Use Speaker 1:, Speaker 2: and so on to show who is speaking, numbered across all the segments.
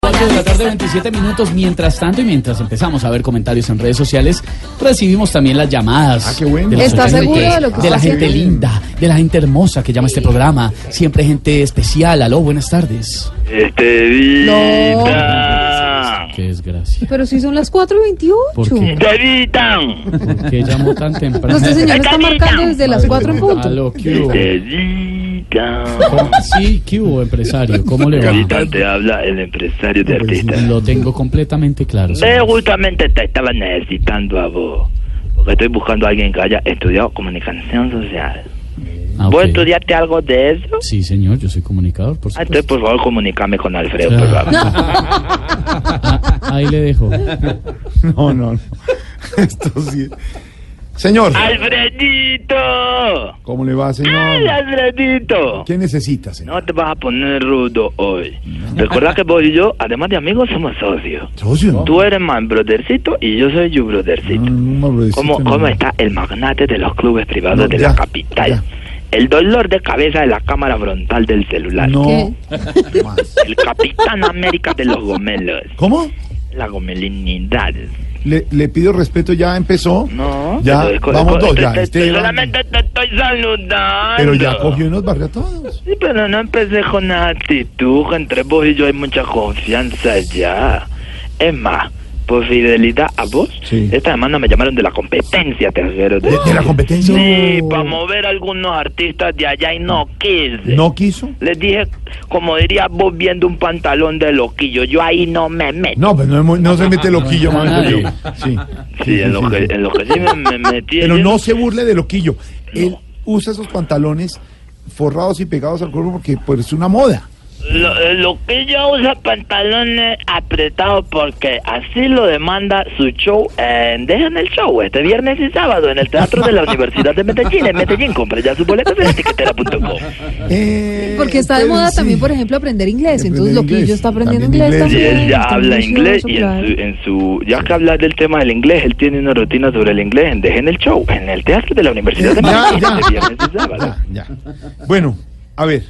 Speaker 1: 4 de la tarde, 27 minutos. Mientras tanto y mientras empezamos a ver comentarios en redes sociales, recibimos también las llamadas.
Speaker 2: Ah, qué bueno.
Speaker 1: de los
Speaker 3: ¿Estás
Speaker 1: oyentes,
Speaker 3: seguro de lo que
Speaker 1: De
Speaker 3: está
Speaker 1: la gente
Speaker 3: haciendo?
Speaker 1: linda, de la gente hermosa que llama a este programa. Siempre gente especial. Aló, buenas tardes.
Speaker 4: Estevita.
Speaker 1: Qué desgracia.
Speaker 3: Pero si son las 4 y 28.
Speaker 1: ¿Por qué?
Speaker 4: Estevita.
Speaker 1: ¿Por qué llamó tan temprano?
Speaker 3: No, este señor está marcando desde las 4 en punto.
Speaker 1: Aló, ¿qué hubo?
Speaker 4: Estevita.
Speaker 1: Sí, ¿qué hubo, empresario? ¿Cómo le va?
Speaker 4: Ahorita te habla el empresario de artistas.
Speaker 1: Lo tengo completamente claro.
Speaker 4: Eh,
Speaker 1: señor.
Speaker 4: justamente te estaba necesitando a vos. Porque estoy buscando a alguien que haya estudiado comunicación social.
Speaker 1: Ah, ok.
Speaker 4: ¿Vos estudiaste algo de eso?
Speaker 1: Sí, señor, yo soy comunicador, por
Speaker 4: Ah, Entonces,
Speaker 1: supuesto.
Speaker 4: por favor, comunícame con Alfredo, por favor.
Speaker 1: Ah, Ahí le dejo.
Speaker 2: No, no, no. Esto sí. Señor,
Speaker 4: ¡Alfredito!
Speaker 2: ¿cómo le va,
Speaker 4: ¡Ay,
Speaker 2: señor?
Speaker 4: Alfredito!
Speaker 2: ¿Qué necesita, señor?
Speaker 4: No te vas a poner rudo hoy. Recuerda que vos y yo, además de amigos, somos socios.
Speaker 2: Socio, ¿no?
Speaker 4: Tú eres man brothercito y yo soy you brothercito.
Speaker 2: No, no, brothercito,
Speaker 4: ¿Cómo,
Speaker 2: no.
Speaker 4: cómo está el magnate de los clubes privados
Speaker 2: No,
Speaker 4: de
Speaker 2: ya,
Speaker 4: la capital?
Speaker 2: ya.
Speaker 4: El dolor de cabeza de la cámara frontal del celular.
Speaker 2: No.
Speaker 3: ¿Qué?
Speaker 2: Más.
Speaker 4: El capitán América de los gomelos.
Speaker 2: ¿Cómo?
Speaker 4: La gomelinidad.
Speaker 2: Le, le pido respeto, ya empezó.
Speaker 4: No.
Speaker 2: Ya,
Speaker 4: pero es co-
Speaker 2: vamos
Speaker 4: co-
Speaker 2: dos,
Speaker 4: te-
Speaker 2: ya.
Speaker 4: te- te-
Speaker 2: Esteban.
Speaker 4: solamente te estoy saludando.
Speaker 2: Pero ya cogió y nos barrió a todos.
Speaker 4: Sí, pero no empecé con una actitud. que Entre vos y yo hay mucha confianza ya. Es más, por fidelidad a vos,
Speaker 2: Sí.
Speaker 4: esta semana me llamaron de la competencia, te aseguro.
Speaker 2: ¿De, de la competencia?
Speaker 4: Sí, para mover a algunos artistas de allá y no quise.
Speaker 2: ¿No quiso?
Speaker 4: Les dije, como diría vos viendo un pantalón de loquillo, yo ahí no me meto.
Speaker 2: No, pues no, hemos- no se mete loquillo,
Speaker 1: No, no,
Speaker 2: mamá.
Speaker 1: nadie.
Speaker 2: Sí.
Speaker 4: Sí, en lo, que,
Speaker 2: sí.
Speaker 4: en lo que sí me, me metí.
Speaker 2: Pero
Speaker 4: yo-
Speaker 2: no se burle de loquillo. Él usa esos pantalones forrados y pegados al cuerpo porque pues, es una moda.
Speaker 4: Lo, eh, Loquillo usa pantalones apretados porque así lo demanda su show. en dejen el show este viernes y sábado en el Teatro de la Universidad de Medellín. En Medellín, compre ya sus boletos en etiquetera.com.
Speaker 2: Eh,
Speaker 3: Porque está de
Speaker 2: pero
Speaker 3: moda
Speaker 2: sí.
Speaker 3: también, por ejemplo, aprender inglés.
Speaker 2: Aprender
Speaker 3: Entonces,
Speaker 2: inglés.
Speaker 3: Loquillo está aprendiendo
Speaker 2: También
Speaker 3: inglés
Speaker 4: Y
Speaker 2: inglés.
Speaker 3: también.
Speaker 4: él ya
Speaker 3: está
Speaker 4: habla
Speaker 3: muy
Speaker 4: inglés
Speaker 3: juicioso,
Speaker 4: y
Speaker 3: claro.
Speaker 4: en su, en su. Ya que hablas del tema del inglés, él tiene una rutina sobre el inglés. En dejen el show en el Teatro de la Universidad
Speaker 2: Ya,
Speaker 4: de Medellín.
Speaker 2: ya.
Speaker 4: de viernes y sábado.
Speaker 2: Ah, Ya, ya. Bueno, a ver.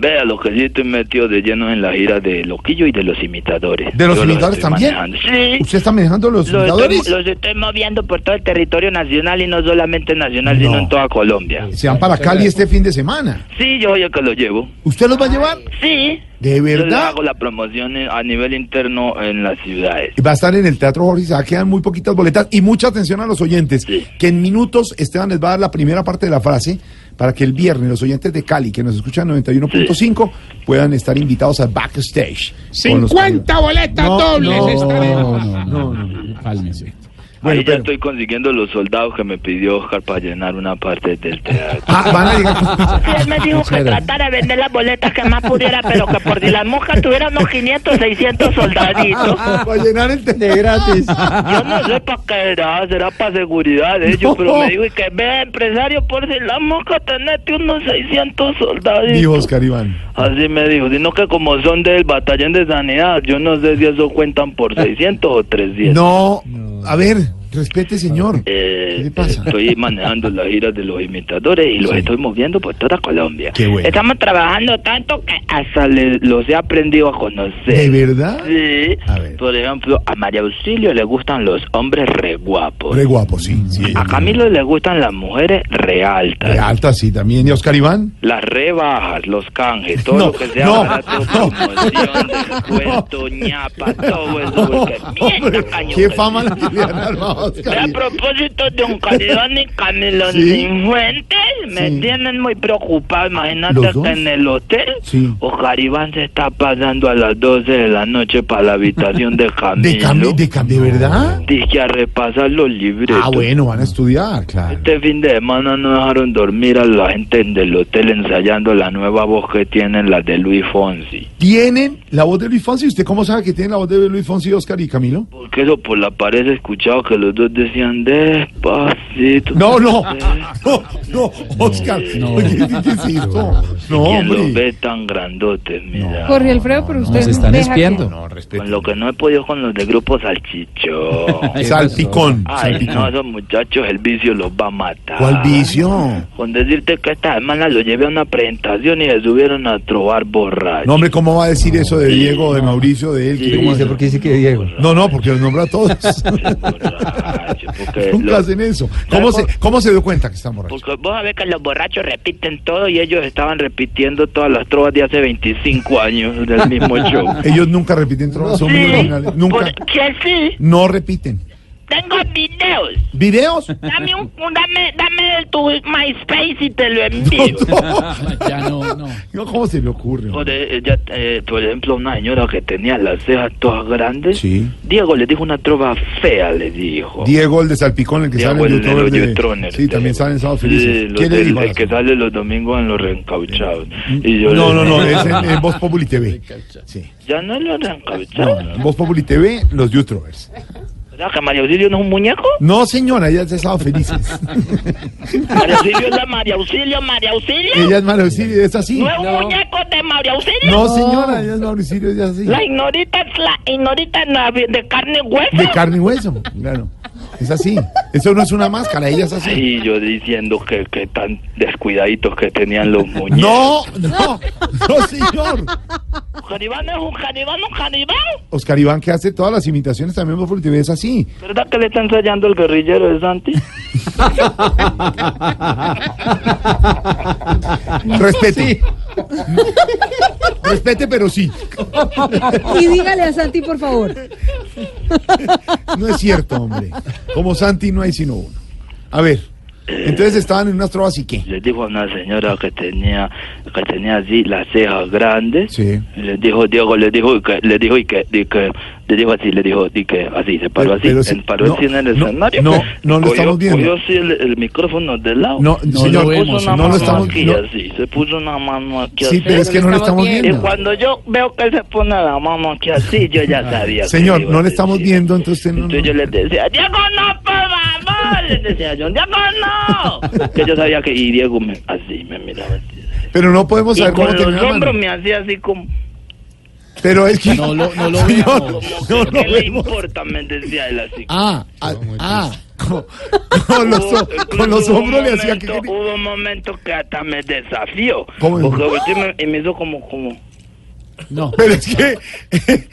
Speaker 4: Vea, lo que sí estoy metido de lleno en la gira de Loquillo y de los imitadores.
Speaker 2: ¿De los
Speaker 4: Yo
Speaker 2: imitadores
Speaker 4: estoy
Speaker 2: también?
Speaker 4: manejando. Sí.
Speaker 2: ¿Usted está manejando los
Speaker 4: Los
Speaker 2: fundadores?
Speaker 4: estoy, los estoy moviendo por todo el territorio nacional y no solamente nacional,
Speaker 2: No.
Speaker 4: sino en toda Colombia.
Speaker 2: Se van para Cali este fin de semana.
Speaker 4: Sí, yo soy el que los llevo.
Speaker 2: ¿Usted los va a llevar?
Speaker 4: Sí.
Speaker 2: ¿De
Speaker 4: Yo les
Speaker 2: verdad?
Speaker 4: hago la promoción en- a nivel interno en las ciudades.
Speaker 2: Va a estar en el Teatro Jorge Isaac, quedan muy poquitas boletas y mucha atención a los oyentes,
Speaker 4: Sí.
Speaker 2: que en minutos Esteban les va a dar la primera parte de la frase para que el viernes los oyentes de Cali, que nos escuchan 91.5, puedan estar invitados a Backstage. con los
Speaker 5: 50 boletas
Speaker 2: No,
Speaker 5: dobles
Speaker 2: no,
Speaker 5: estaremos.
Speaker 1: no, no,
Speaker 2: No, no,
Speaker 1: no, cálmese.
Speaker 2: Bueno,
Speaker 4: Ahí
Speaker 2: pero-
Speaker 4: ya estoy consiguiendo los soldados que me pidió Oscar para llenar una parte del teatro.
Speaker 2: Ah, van a llegar.
Speaker 6: Sí, él me dijo que
Speaker 2: Muchas gracias.
Speaker 6: tratara de vender las boletas que más pudiera, pero que por si las moscas tuviera unos 500, 600 soldaditos.
Speaker 2: Para llenar el de gratis.
Speaker 4: Yo no sé para qué era, será para seguridad de ellos,
Speaker 2: No.
Speaker 4: pero me dijo y que ve empresario, por si las moscas tenete unos 600 soldados.
Speaker 2: Dijo Oscar Iván.
Speaker 4: Así me dijo, sino que como son del batallón de sanidad, yo no sé si eso cuentan por 600 o 310.
Speaker 2: No, a ver, respete, señor.
Speaker 4: Eh,
Speaker 2: ¿Qué le pasa?
Speaker 4: Estoy manejando las giras de los imitadores y los
Speaker 2: Sí.
Speaker 4: estoy moviendo por toda Colombia.
Speaker 2: Qué bueno.
Speaker 4: Estamos trabajando tanto que hasta le- los he aprendido a
Speaker 2: ¿De
Speaker 4: conocer.
Speaker 2: verdad?
Speaker 4: Sí.
Speaker 2: A ver.
Speaker 4: Por ejemplo, a María Auxilio le gustan los hombres re guapos.
Speaker 2: Re guapo, sí. sí.
Speaker 4: a Camilo le gustan las mujeres re altas.
Speaker 2: Re alta, sí, también. ¿Y Oscar Iván?
Speaker 4: Las rebajas, los canjes, todo
Speaker 2: No,
Speaker 4: lo que sea
Speaker 2: no,
Speaker 4: barato,
Speaker 2: no.
Speaker 4: promoción, descuento, ñapa, todo eso. porque
Speaker 2: Hombre,
Speaker 4: mierda, caño,
Speaker 2: qué
Speaker 4: que
Speaker 2: fama
Speaker 4: sí.
Speaker 2: la que le han armado a Oscar
Speaker 4: A
Speaker 2: Iván.
Speaker 4: propósito de un Calidón y Camilo
Speaker 2: Sí.
Speaker 4: Cifuentes, me
Speaker 2: Sí.
Speaker 4: tienen muy preocupado. Imagínate
Speaker 2: ¿Los dos?
Speaker 4: que en el hotel,
Speaker 2: Sí.
Speaker 4: Oscar Iván se está pasando a las 12 de la noche para la habitación de Camilo.
Speaker 2: ¿De cambio, de cambio, verdad?
Speaker 4: Dije a repasar los libretos.
Speaker 2: Ah, bueno, van a estudiar, claro.
Speaker 4: Este fin de semana no dejaron dormir a la gente del hotel ensayando la nueva voz que tienen, la de Luis Fonsi.
Speaker 2: ¿Tienen la voz de Luis Fonsi? ¿Usted cómo sabe que tienen la voz de Luis Fonsi, Oscar y Camilo?
Speaker 4: Porque eso por la pared he pues, escuchado que lo todos decían despacito.
Speaker 2: No, no, no, no, Oscar.
Speaker 1: No.
Speaker 2: Oye, ¿qué es esto? No,
Speaker 4: ¿Quién los
Speaker 2: hombre.
Speaker 4: ve tan grandotes, mira?
Speaker 3: Jorge Alfredo, pero usted.
Speaker 5: Nos están
Speaker 3: deja que-
Speaker 5: espiando.
Speaker 2: No, respeto.
Speaker 4: Con lo que no he podido con los de Grupo Salchichón.
Speaker 2: Salpicón,
Speaker 4: Ay, no,
Speaker 2: salpicón.
Speaker 4: esos muchachos, el vicio los va a matar.
Speaker 2: ¿Cuál vicio?
Speaker 4: Con decirte que esta hermana lo llevé a una presentación y se subieron a trobar borrachos.
Speaker 2: No, hombre, ¿cómo va a decir eso de Diego, de Mauricio, de él?
Speaker 4: Sí.
Speaker 2: ¿Cómo
Speaker 5: dice?
Speaker 2: dice?
Speaker 5: ¿Por qué dice que Diego?
Speaker 2: No, no, porque los nombra a todos.
Speaker 4: borrachos, porque
Speaker 2: Nunca
Speaker 4: los-
Speaker 2: hacen eso. ¿Cómo se, ¿Cómo se dio cuenta que están borrachos?
Speaker 4: Porque vos sabés que los borrachos repiten todo y ellos estaban repitiendo todas las trovas de hace 25 años del mismo show.
Speaker 2: Ellos nunca repiten trovas, son muy originales. Nunca.
Speaker 6: Porque sí,
Speaker 2: No repiten.
Speaker 6: tengo videos.
Speaker 2: ¿Videos?
Speaker 6: Dame un, un- dame, dame tu MySpace y te lo envío.
Speaker 1: Ya no, no.
Speaker 2: No, ¿Cómo se le ocurre? hombre?
Speaker 4: Joder, ella, eh, por ejemplo, una señora que tenía las cejas todas grandes.
Speaker 2: Sí.
Speaker 4: Diego le dijo una trova fea, le dijo.
Speaker 2: Diego, el de Salpicón, el que
Speaker 4: Diego,
Speaker 2: sale en
Speaker 4: el de
Speaker 2: YouTube.
Speaker 4: los
Speaker 2: de-
Speaker 4: Youtroners,
Speaker 2: Sí, también
Speaker 4: Diego.
Speaker 2: sale en Sábado
Speaker 4: Sí,
Speaker 2: Felices.
Speaker 4: los
Speaker 2: ¿Qué le
Speaker 4: del-
Speaker 2: digo a la
Speaker 4: El que
Speaker 2: señora?
Speaker 4: sale los domingos en los reencauchados. Y yo
Speaker 2: No,
Speaker 4: le-
Speaker 2: no, no, eh. es en, en Voz Populi TV. Sí.
Speaker 4: Ya no es los
Speaker 2: No,
Speaker 4: reencauchados.
Speaker 2: en Voz Populi TV, los YouTubers.
Speaker 4: ¿Verdad que María Auxilio no es un muñeco?
Speaker 2: No, señora, ella es de Sábado Felices.
Speaker 6: María Auxilio es la María Auxilio, María Auxilio.
Speaker 2: Ella es Mauricio, es así.
Speaker 6: ¿No es un muñeco de María Auxilio?
Speaker 2: No, señora, ella es Mauricio, es así.
Speaker 6: La ignorita es la ignorita na- de carne y hueso.
Speaker 2: De carne y hueso, claro. Es así. Eso no es una máscara, ella es así.
Speaker 4: Sí, yo diciendo que, que tan descuidaditos que tenían los muñecos.
Speaker 2: No, no, no, señor.
Speaker 6: Jaribán es un jaribán, un jaribán.
Speaker 2: Oscar Iván, que hace todas las imitaciones también en Voz Populi TV, es así.
Speaker 4: ¿Verdad que le está ensayando el guerrillero de Santi?
Speaker 2: Respete. Respete, pero sí.
Speaker 3: Y dígale a Santi, por favor.
Speaker 2: No es cierto, hombre. Como Santi no hay sino uno. A ver, entonces estaban en unas trovas y qué.
Speaker 4: Les dijo a una señora que tenía que tenía así las cejas grandes.
Speaker 2: Sí.
Speaker 4: Les dijo Diego, les dijo y que, les dijo y que, y que- le dijo así, le dijo y que así, se paró
Speaker 2: Pero-
Speaker 4: así,
Speaker 2: pero si-
Speaker 4: se paró
Speaker 2: no,
Speaker 4: así en el
Speaker 2: no,
Speaker 4: escenario.
Speaker 2: no, no lo
Speaker 4: Cogió-
Speaker 2: estamos viendo.
Speaker 4: cogió así el, el micrófono del lado.
Speaker 2: No,
Speaker 1: No
Speaker 2: señor,
Speaker 1: lo
Speaker 4: puso
Speaker 1: vemos,
Speaker 4: una
Speaker 2: no lo
Speaker 4: mano
Speaker 2: estamos
Speaker 4: aquí,
Speaker 2: no-
Speaker 4: así, se puso una mano
Speaker 2: Sí,
Speaker 4: aquí así.
Speaker 2: pero es que no lo estamos
Speaker 4: Y
Speaker 2: viendo.
Speaker 4: cuando yo veo que se pone la mano aquí así, yo ya sabía. que
Speaker 2: Señor,
Speaker 4: iba
Speaker 2: no
Speaker 4: a
Speaker 2: le estamos
Speaker 4: decir.
Speaker 2: viendo, entonces usted no-
Speaker 4: Entonces yo les decía, Diego, no, por favor. Les decía yo, Diego, no. que yo sabía que. Y Diego me, así me miraba así.
Speaker 2: Pero no podemos
Speaker 4: Y
Speaker 2: saber cómo
Speaker 4: con
Speaker 2: tenía
Speaker 4: los
Speaker 2: la mano.
Speaker 4: hombros me hacía así como.
Speaker 2: Pero es que.
Speaker 1: No lo- no lo
Speaker 2: Señor,
Speaker 1: veamos.
Speaker 2: no lo
Speaker 4: ¿Qué le
Speaker 2: vemos.
Speaker 4: importa? Me decía él así.
Speaker 2: Ah, ah, ah, con, con los,
Speaker 4: Hubo-
Speaker 2: ho- con los
Speaker 4: incluso hubo
Speaker 2: hombros
Speaker 4: un
Speaker 2: le hacía que.
Speaker 4: momento- Hubo un momento que hasta me desafió.
Speaker 2: ¿Cómo?
Speaker 4: Porque volteé y me- y me hizo como, como.
Speaker 1: No.
Speaker 2: Pero es que.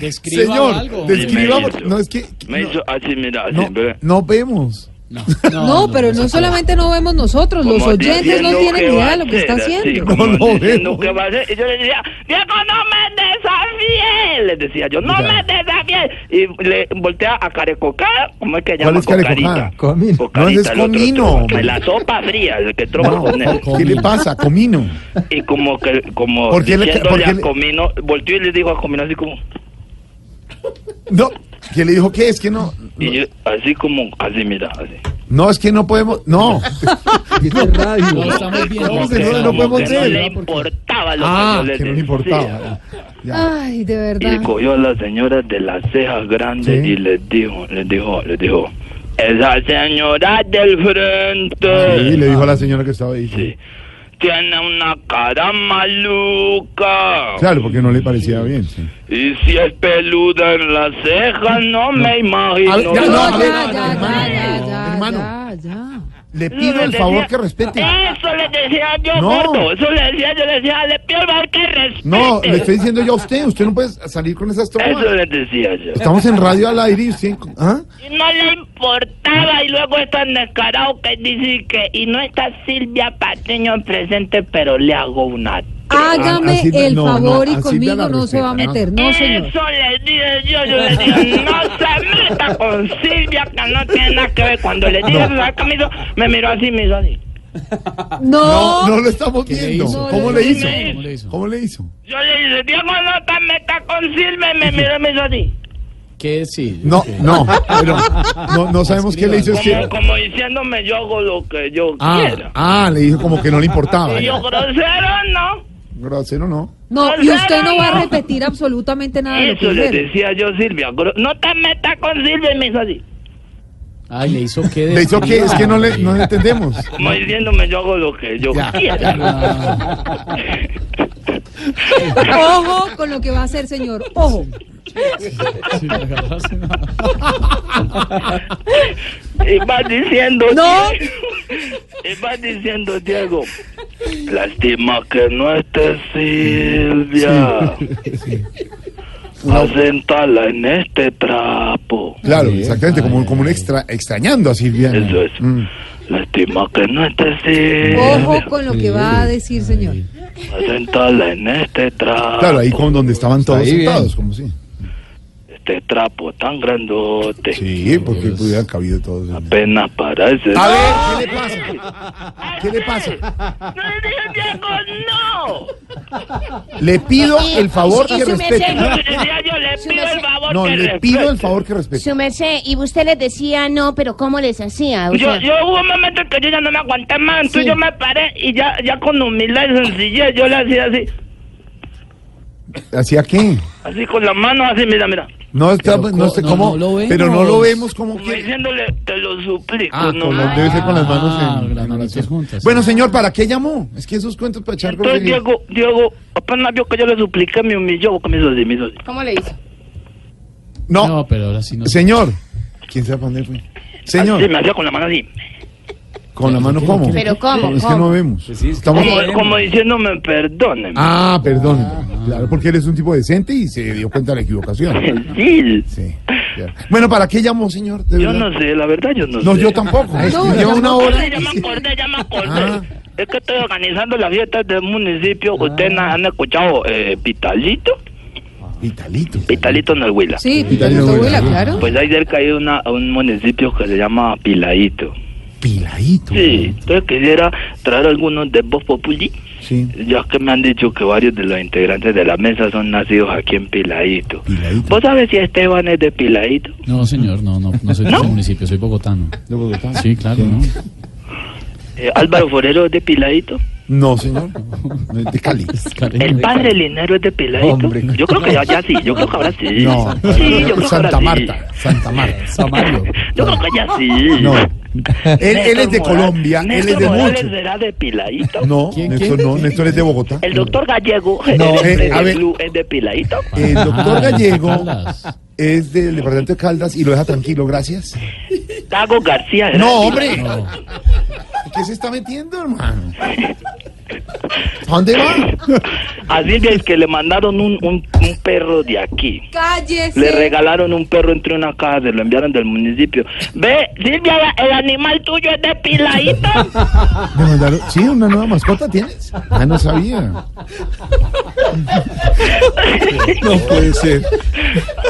Speaker 1: Describa algo.
Speaker 2: señor, describamos.
Speaker 4: Me hizo.
Speaker 2: No, es que.
Speaker 4: Me
Speaker 2: no-
Speaker 4: hizo así, mira, así.
Speaker 2: No,
Speaker 4: ve.
Speaker 2: no vemos.
Speaker 1: No,
Speaker 3: No, pero no solamente no vemos nosotros, Pues los
Speaker 4: Como
Speaker 3: oyentes no
Speaker 4: diciendo
Speaker 3: tienen
Speaker 4: que va
Speaker 3: idea de
Speaker 4: a
Speaker 3: lo que está
Speaker 4: hacer, así,
Speaker 3: haciendo.
Speaker 4: como
Speaker 2: No, no,
Speaker 4: diciendo
Speaker 2: no.
Speaker 4: que va a hacer, y yo le decía, Diego, no me desafíes. Le decía yo, no
Speaker 2: Ya.
Speaker 4: me desafíes. Y le voltea a Carecocá, ¿cómo es que llama?
Speaker 2: ¿Cuál es Carecocá?
Speaker 4: Cocarita.
Speaker 5: Comino.
Speaker 4: Cocarita,
Speaker 2: No, ese es
Speaker 4: el otro
Speaker 2: comino,
Speaker 4: trozo,
Speaker 2: hombre.
Speaker 4: que La sopa fría, el que troma
Speaker 2: No,
Speaker 4: con él.
Speaker 2: ¿Qué le pasa? Comino.
Speaker 4: Y como que, como
Speaker 2: ¿Por qué le-
Speaker 4: diciéndole
Speaker 2: por qué
Speaker 4: a
Speaker 2: le-
Speaker 4: Comino, volteó y le dijo a Comino así como,
Speaker 2: No. ¿Quién le dijo qué? Es que no.
Speaker 4: y yo, así como, así mira, así.
Speaker 2: No, es que no podemos. No.
Speaker 5: Y es de
Speaker 1: No
Speaker 5: radio.
Speaker 1: estamos viendo.
Speaker 2: ¿Cómo
Speaker 1: no,
Speaker 2: se no lo
Speaker 1: estamos
Speaker 4: Como
Speaker 2: podemos
Speaker 4: que
Speaker 1: viendo.
Speaker 2: ver?
Speaker 4: no le importaba lo
Speaker 2: Ah,
Speaker 4: que yo le
Speaker 2: que no le
Speaker 4: decía.
Speaker 2: importaba. Ya.
Speaker 3: Ay, de
Speaker 4: Y le
Speaker 3: verdad.
Speaker 4: cogió a las señoras de las cejas grandes
Speaker 2: Sí.
Speaker 4: y les dijo, les dijo, les dijo, esa señora del frente
Speaker 2: Sí, le dijo a la señora que estaba ahí.
Speaker 4: sí, tiene una cara maluca
Speaker 2: Claro, porque no le parecía bien. sí.
Speaker 4: y si es peluda en las cejas no, me imagino.
Speaker 2: A ver,
Speaker 3: No,
Speaker 2: No,
Speaker 3: ya,
Speaker 2: a ver,
Speaker 3: ya, ya,
Speaker 2: hermano,
Speaker 3: ya, ya,
Speaker 2: hermano.
Speaker 3: ya, ya.
Speaker 2: Le
Speaker 4: Eso
Speaker 2: pido
Speaker 4: les
Speaker 2: el favor
Speaker 4: decía- "Eh".
Speaker 2: que respete.
Speaker 4: Eso le decía yo,
Speaker 2: No.
Speaker 4: gordo. Eso le decía yo, le decía, le pido el favor que respete.
Speaker 2: No, le estoy diciendo yo a usted. Usted no puede salir con esas
Speaker 4: Eso
Speaker 2: tromas.
Speaker 4: le decía yo.
Speaker 2: Estamos en radio al aire y usted. ¿Ah?
Speaker 6: Y no le importaba y luego es tan descarado que dice que y no está Silvia Patiño presente, pero le hago una
Speaker 2: A- a
Speaker 3: Hágame
Speaker 2: Silvia-
Speaker 3: el
Speaker 2: no, no,
Speaker 3: favor y
Speaker 2: a Silvia
Speaker 3: conmigo
Speaker 2: la
Speaker 3: no se va a
Speaker 2: respeta, ¿no?
Speaker 3: meter. No, señor.
Speaker 6: Eso le dije yo, yo le dije, no se meta con Silvia, que no tiene nada que ver. Cuando le dije eso, ¿sabes qué me hizo? Me miró así, me hizo así.
Speaker 2: No,
Speaker 3: No.
Speaker 2: no lo estamos
Speaker 1: ¿Qué le
Speaker 2: viendo.
Speaker 1: hizo?
Speaker 2: ¿Cómo le hizo?
Speaker 1: ¿Cómo le hizo?
Speaker 2: ¿Cómo le hizo?
Speaker 6: Yo le dije, Diego, no te metas con Silvia, y me miró y me hizo así.
Speaker 1: ¿Qué sí?
Speaker 2: No, no, pero no, no sabemos qué le hizo. Es que,
Speaker 4: Como, como diciéndome, yo hago lo que yo quiera.
Speaker 2: ah, ah, le dijo como que no le importaba.
Speaker 6: Y yo, grosero, ¿no?
Speaker 2: Grosero no.
Speaker 3: No, y usted no va a repetir absolutamente nada de Ah, lo que
Speaker 4: Eso le
Speaker 3: dijeron.
Speaker 4: decía yo, Silvia. gro- No te metas con Silvia y me hizo así.
Speaker 1: Ay, le hizo que.
Speaker 2: ¿Le hizo qué? Es que no le, no le entendemos.
Speaker 4: Como Pues diciéndome, yo hago lo que yo
Speaker 2: Ya.
Speaker 4: quiera.
Speaker 1: Ah,
Speaker 3: Ojo con lo que va a hacer, señor. Ojo.
Speaker 1: sí, la agarraste, no.
Speaker 4: Y vas diciendo,
Speaker 3: No.
Speaker 4: y vas diciendo, Diego, lástima que no esté Silvia. Asentarla en este trapo.
Speaker 2: Claro, exactamente, como, como un extra, extrañando a Silviana.
Speaker 4: Eso es.
Speaker 2: Mm.
Speaker 4: Lástima que no esté Silvia.
Speaker 3: Ojo con lo que va a decir, señor.
Speaker 4: Asentarla en este trapo.
Speaker 2: Claro, ahí con donde estaban todos
Speaker 7: Ahí bien.
Speaker 2: sentados, como si.
Speaker 4: Este trapo tan grandote.
Speaker 2: Sí, porque hubieran cabido todos. en-
Speaker 4: Apenas parece.
Speaker 2: A ver, ¿qué le pasa? ¿Qué le pasa?
Speaker 4: ¡No le dije Diego, no!
Speaker 2: Le pido el favor
Speaker 8: y
Speaker 2: que
Speaker 8: su
Speaker 2: respete.
Speaker 8: merced.
Speaker 4: Yo le decía, yo le pido el favor
Speaker 2: No,
Speaker 4: que
Speaker 2: le pido el
Speaker 4: respete.
Speaker 2: favor que respete.
Speaker 8: Su merced, y usted les decía no, pero ¿cómo les hacía? O
Speaker 4: Yo,
Speaker 8: sea,
Speaker 4: yo hubo un momento que yo ya no me aguanté más, entonces
Speaker 8: Sí.
Speaker 4: yo me paré y ya, ya con humildad y sencillez yo le hacía así,
Speaker 2: ¿Hacía qué?
Speaker 4: así con las manos, así, mira, mira,
Speaker 2: No está, pues,
Speaker 1: Pero
Speaker 2: no sé
Speaker 1: co- no,
Speaker 2: cómo,
Speaker 1: no lo vemos.
Speaker 2: pero no lo vemos como
Speaker 4: como
Speaker 2: quiere.
Speaker 4: diciéndole, te lo suplico,
Speaker 2: Ah,
Speaker 4: no
Speaker 2: con
Speaker 4: me-
Speaker 2: las- debe ser con las manos en-
Speaker 1: Ah,
Speaker 2: en
Speaker 1: las manitas
Speaker 2: oración.
Speaker 1: juntas.
Speaker 2: Bueno, señor, ¿para qué llamó? Es que esos cuentos para echar
Speaker 4: Entonces
Speaker 2: groserías.
Speaker 4: Diego, Diego, apenas vio que yo le supliqué, me humilló, porque me hizo así, me hizo así.
Speaker 8: ¿Cómo le hizo?
Speaker 2: No,
Speaker 1: No, pero ahora sí no.
Speaker 2: señor. ¿Quién sabe dónde fue?
Speaker 4: Así,
Speaker 2: Señor,
Speaker 4: me hacía con la mano así,
Speaker 2: con la mano cómo?
Speaker 8: Pero ¿cómo?
Speaker 2: Es que
Speaker 8: ¿Cómo?
Speaker 2: no vemos.
Speaker 7: Pues sí, es que-
Speaker 2: Estamos-
Speaker 4: como, como diciéndome, perdóneme.
Speaker 2: Ah, perdón. Claro, porque eres un tipo decente y se dio cuenta de la equivocación.
Speaker 4: Gentil.
Speaker 2: Sí. ya. Bueno, ¿para qué llamó, señor? De
Speaker 4: Yo
Speaker 2: verdad.
Speaker 4: no sé, la verdad yo no,
Speaker 2: No,
Speaker 4: sé.
Speaker 2: yo tampoco. Es que
Speaker 3: No,
Speaker 2: Lleva
Speaker 3: yo
Speaker 2: una
Speaker 3: no-
Speaker 2: hora.
Speaker 4: Ay, Ya me acordé, ya me acordé.
Speaker 2: Ah.
Speaker 4: Es que estoy organizando las fiestas del municipio. Ustedes na- han escuchado eh, Pitalito,
Speaker 2: Vitalito.
Speaker 4: Pitalito en el Huila.
Speaker 3: Sí,
Speaker 2: Vitalino
Speaker 3: Pitalito
Speaker 2: Huila,
Speaker 3: Huila, claro.
Speaker 4: Pues ahí cerca hay una, un municipio que se llama Piladito.
Speaker 2: Piladito.
Speaker 4: Sí, entonces quisiera traer algunos de Voz Populi,
Speaker 2: Sí.
Speaker 4: ya que me han dicho que varios de los integrantes de la mesa son nacidos aquí en Piladito.
Speaker 2: Piladito.
Speaker 4: ¿Vos sabes si Esteban es de Piladito?
Speaker 1: No, señor, no, no, no soy de ese municipio, soy bogotano.
Speaker 2: ¿De Bogotá?
Speaker 1: Sí, claro, ¿no?
Speaker 4: Eh, Álvaro Forero es de Piladito.
Speaker 2: No, señor. No, es De Cali.
Speaker 4: El padre Linero es de Piladito.
Speaker 2: Hombre.
Speaker 4: Yo creo que allá sí, yo creo que ahora sí.
Speaker 2: No.
Speaker 4: sí, yo creo que ahora
Speaker 2: Santa
Speaker 4: sí.
Speaker 2: Marta. Santa Marta.
Speaker 1: Samario.
Speaker 4: Yo creo que ya sí.
Speaker 2: No. Él, él es de
Speaker 4: Néstor
Speaker 2: Colombia,
Speaker 4: Morales-
Speaker 2: él es de
Speaker 4: Néstor Morales
Speaker 2: mucho.
Speaker 4: será de Piladito.
Speaker 2: No,
Speaker 1: ¿Quién,
Speaker 2: Néstor,
Speaker 1: quién?
Speaker 2: no, Néstor es de Bogotá.
Speaker 4: El doctor Gallego,
Speaker 2: No,
Speaker 4: el,
Speaker 2: eh, a
Speaker 4: del
Speaker 2: ver.
Speaker 4: club, es de Piladito.
Speaker 2: El doctor
Speaker 1: Ah,
Speaker 2: Gallego
Speaker 1: Caldas.
Speaker 2: es del departamento de Caldas y lo deja tranquilo, gracias.
Speaker 4: Tago García. será
Speaker 2: No,
Speaker 4: de
Speaker 2: hombre.
Speaker 4: Piladito.
Speaker 1: No.
Speaker 2: ¿Qué se está metiendo, hermano? ¿A dónde va?
Speaker 4: A Silvia es que le mandaron un, un, un perro de aquí.
Speaker 3: Cállese.
Speaker 4: Le regalaron un perro entre una caja, se lo enviaron del municipio. Ve, Silvia, el animal tuyo es de Piladito.
Speaker 2: Me mandaron- Sí, una nueva mascota tienes. Ah, no sabía. No puede ser.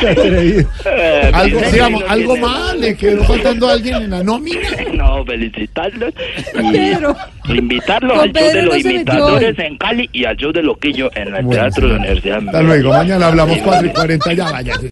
Speaker 2: Qué atrevido.
Speaker 4: Eh,
Speaker 2: Algo,
Speaker 4: Silvia,
Speaker 2: digamos,
Speaker 4: no
Speaker 2: algo
Speaker 4: tiene-
Speaker 2: mal, le quedó faltando a alguien en la nómina.
Speaker 4: No, felicitarlos y
Speaker 3: Pedro.
Speaker 4: invitarlos
Speaker 3: Con
Speaker 4: al show de
Speaker 3: Pedro
Speaker 4: los
Speaker 3: no se metió
Speaker 4: imitadores en Cali y al show de Loquillo en el
Speaker 2: Bueno,
Speaker 4: Teatro de
Speaker 2: señor.
Speaker 4: la Universidad.
Speaker 2: Hasta luego, mañana hablamos 4 y 40, ya váyase.